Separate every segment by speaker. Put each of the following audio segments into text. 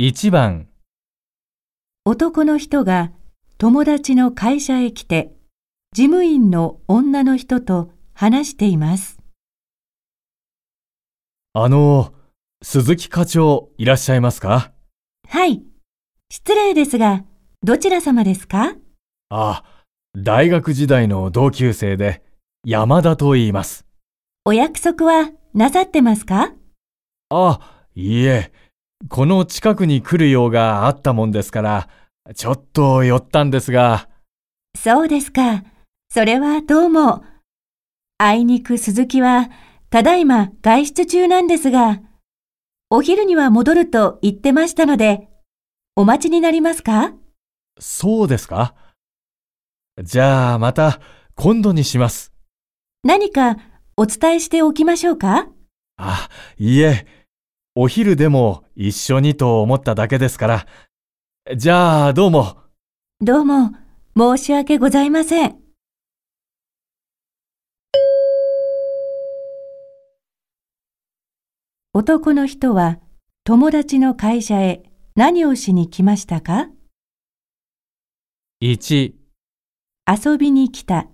Speaker 1: 1番、
Speaker 2: 男の人が友達の会社へ来て、事務員の女の人と話しています。
Speaker 1: あの、鈴木課長いらっしゃいますか
Speaker 2: はい。失礼ですが、どちら様ですか
Speaker 1: あ、大学時代の同級生で山田と言います。
Speaker 2: お約束はなさってますか
Speaker 1: あ、いいえ、この近くに来る用があったもんですから、ちょっと寄ったんですが、
Speaker 2: そうですか。それはどうも。あいにく鈴木は、ただいま外出中なんですが、お昼には戻ると言ってましたので、お待ちになりますか
Speaker 1: そうですかじゃあまた今度にします。
Speaker 2: 何かお伝えしておきましょうか
Speaker 1: あ、いいえ、お昼でも一緒にと思っただけですから。じゃあどうも。
Speaker 2: どうも、申し訳ございません。男の人は友達の会社へ何をしに来ましたか
Speaker 1: 1、
Speaker 2: 遊びに来た、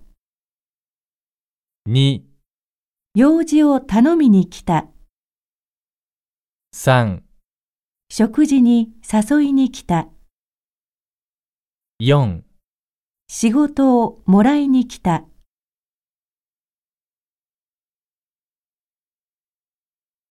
Speaker 1: 2、
Speaker 2: 用事を頼みに来た、
Speaker 1: 3、
Speaker 2: 食事に誘いに来た、
Speaker 1: 4
Speaker 2: 仕事をもらいに来た。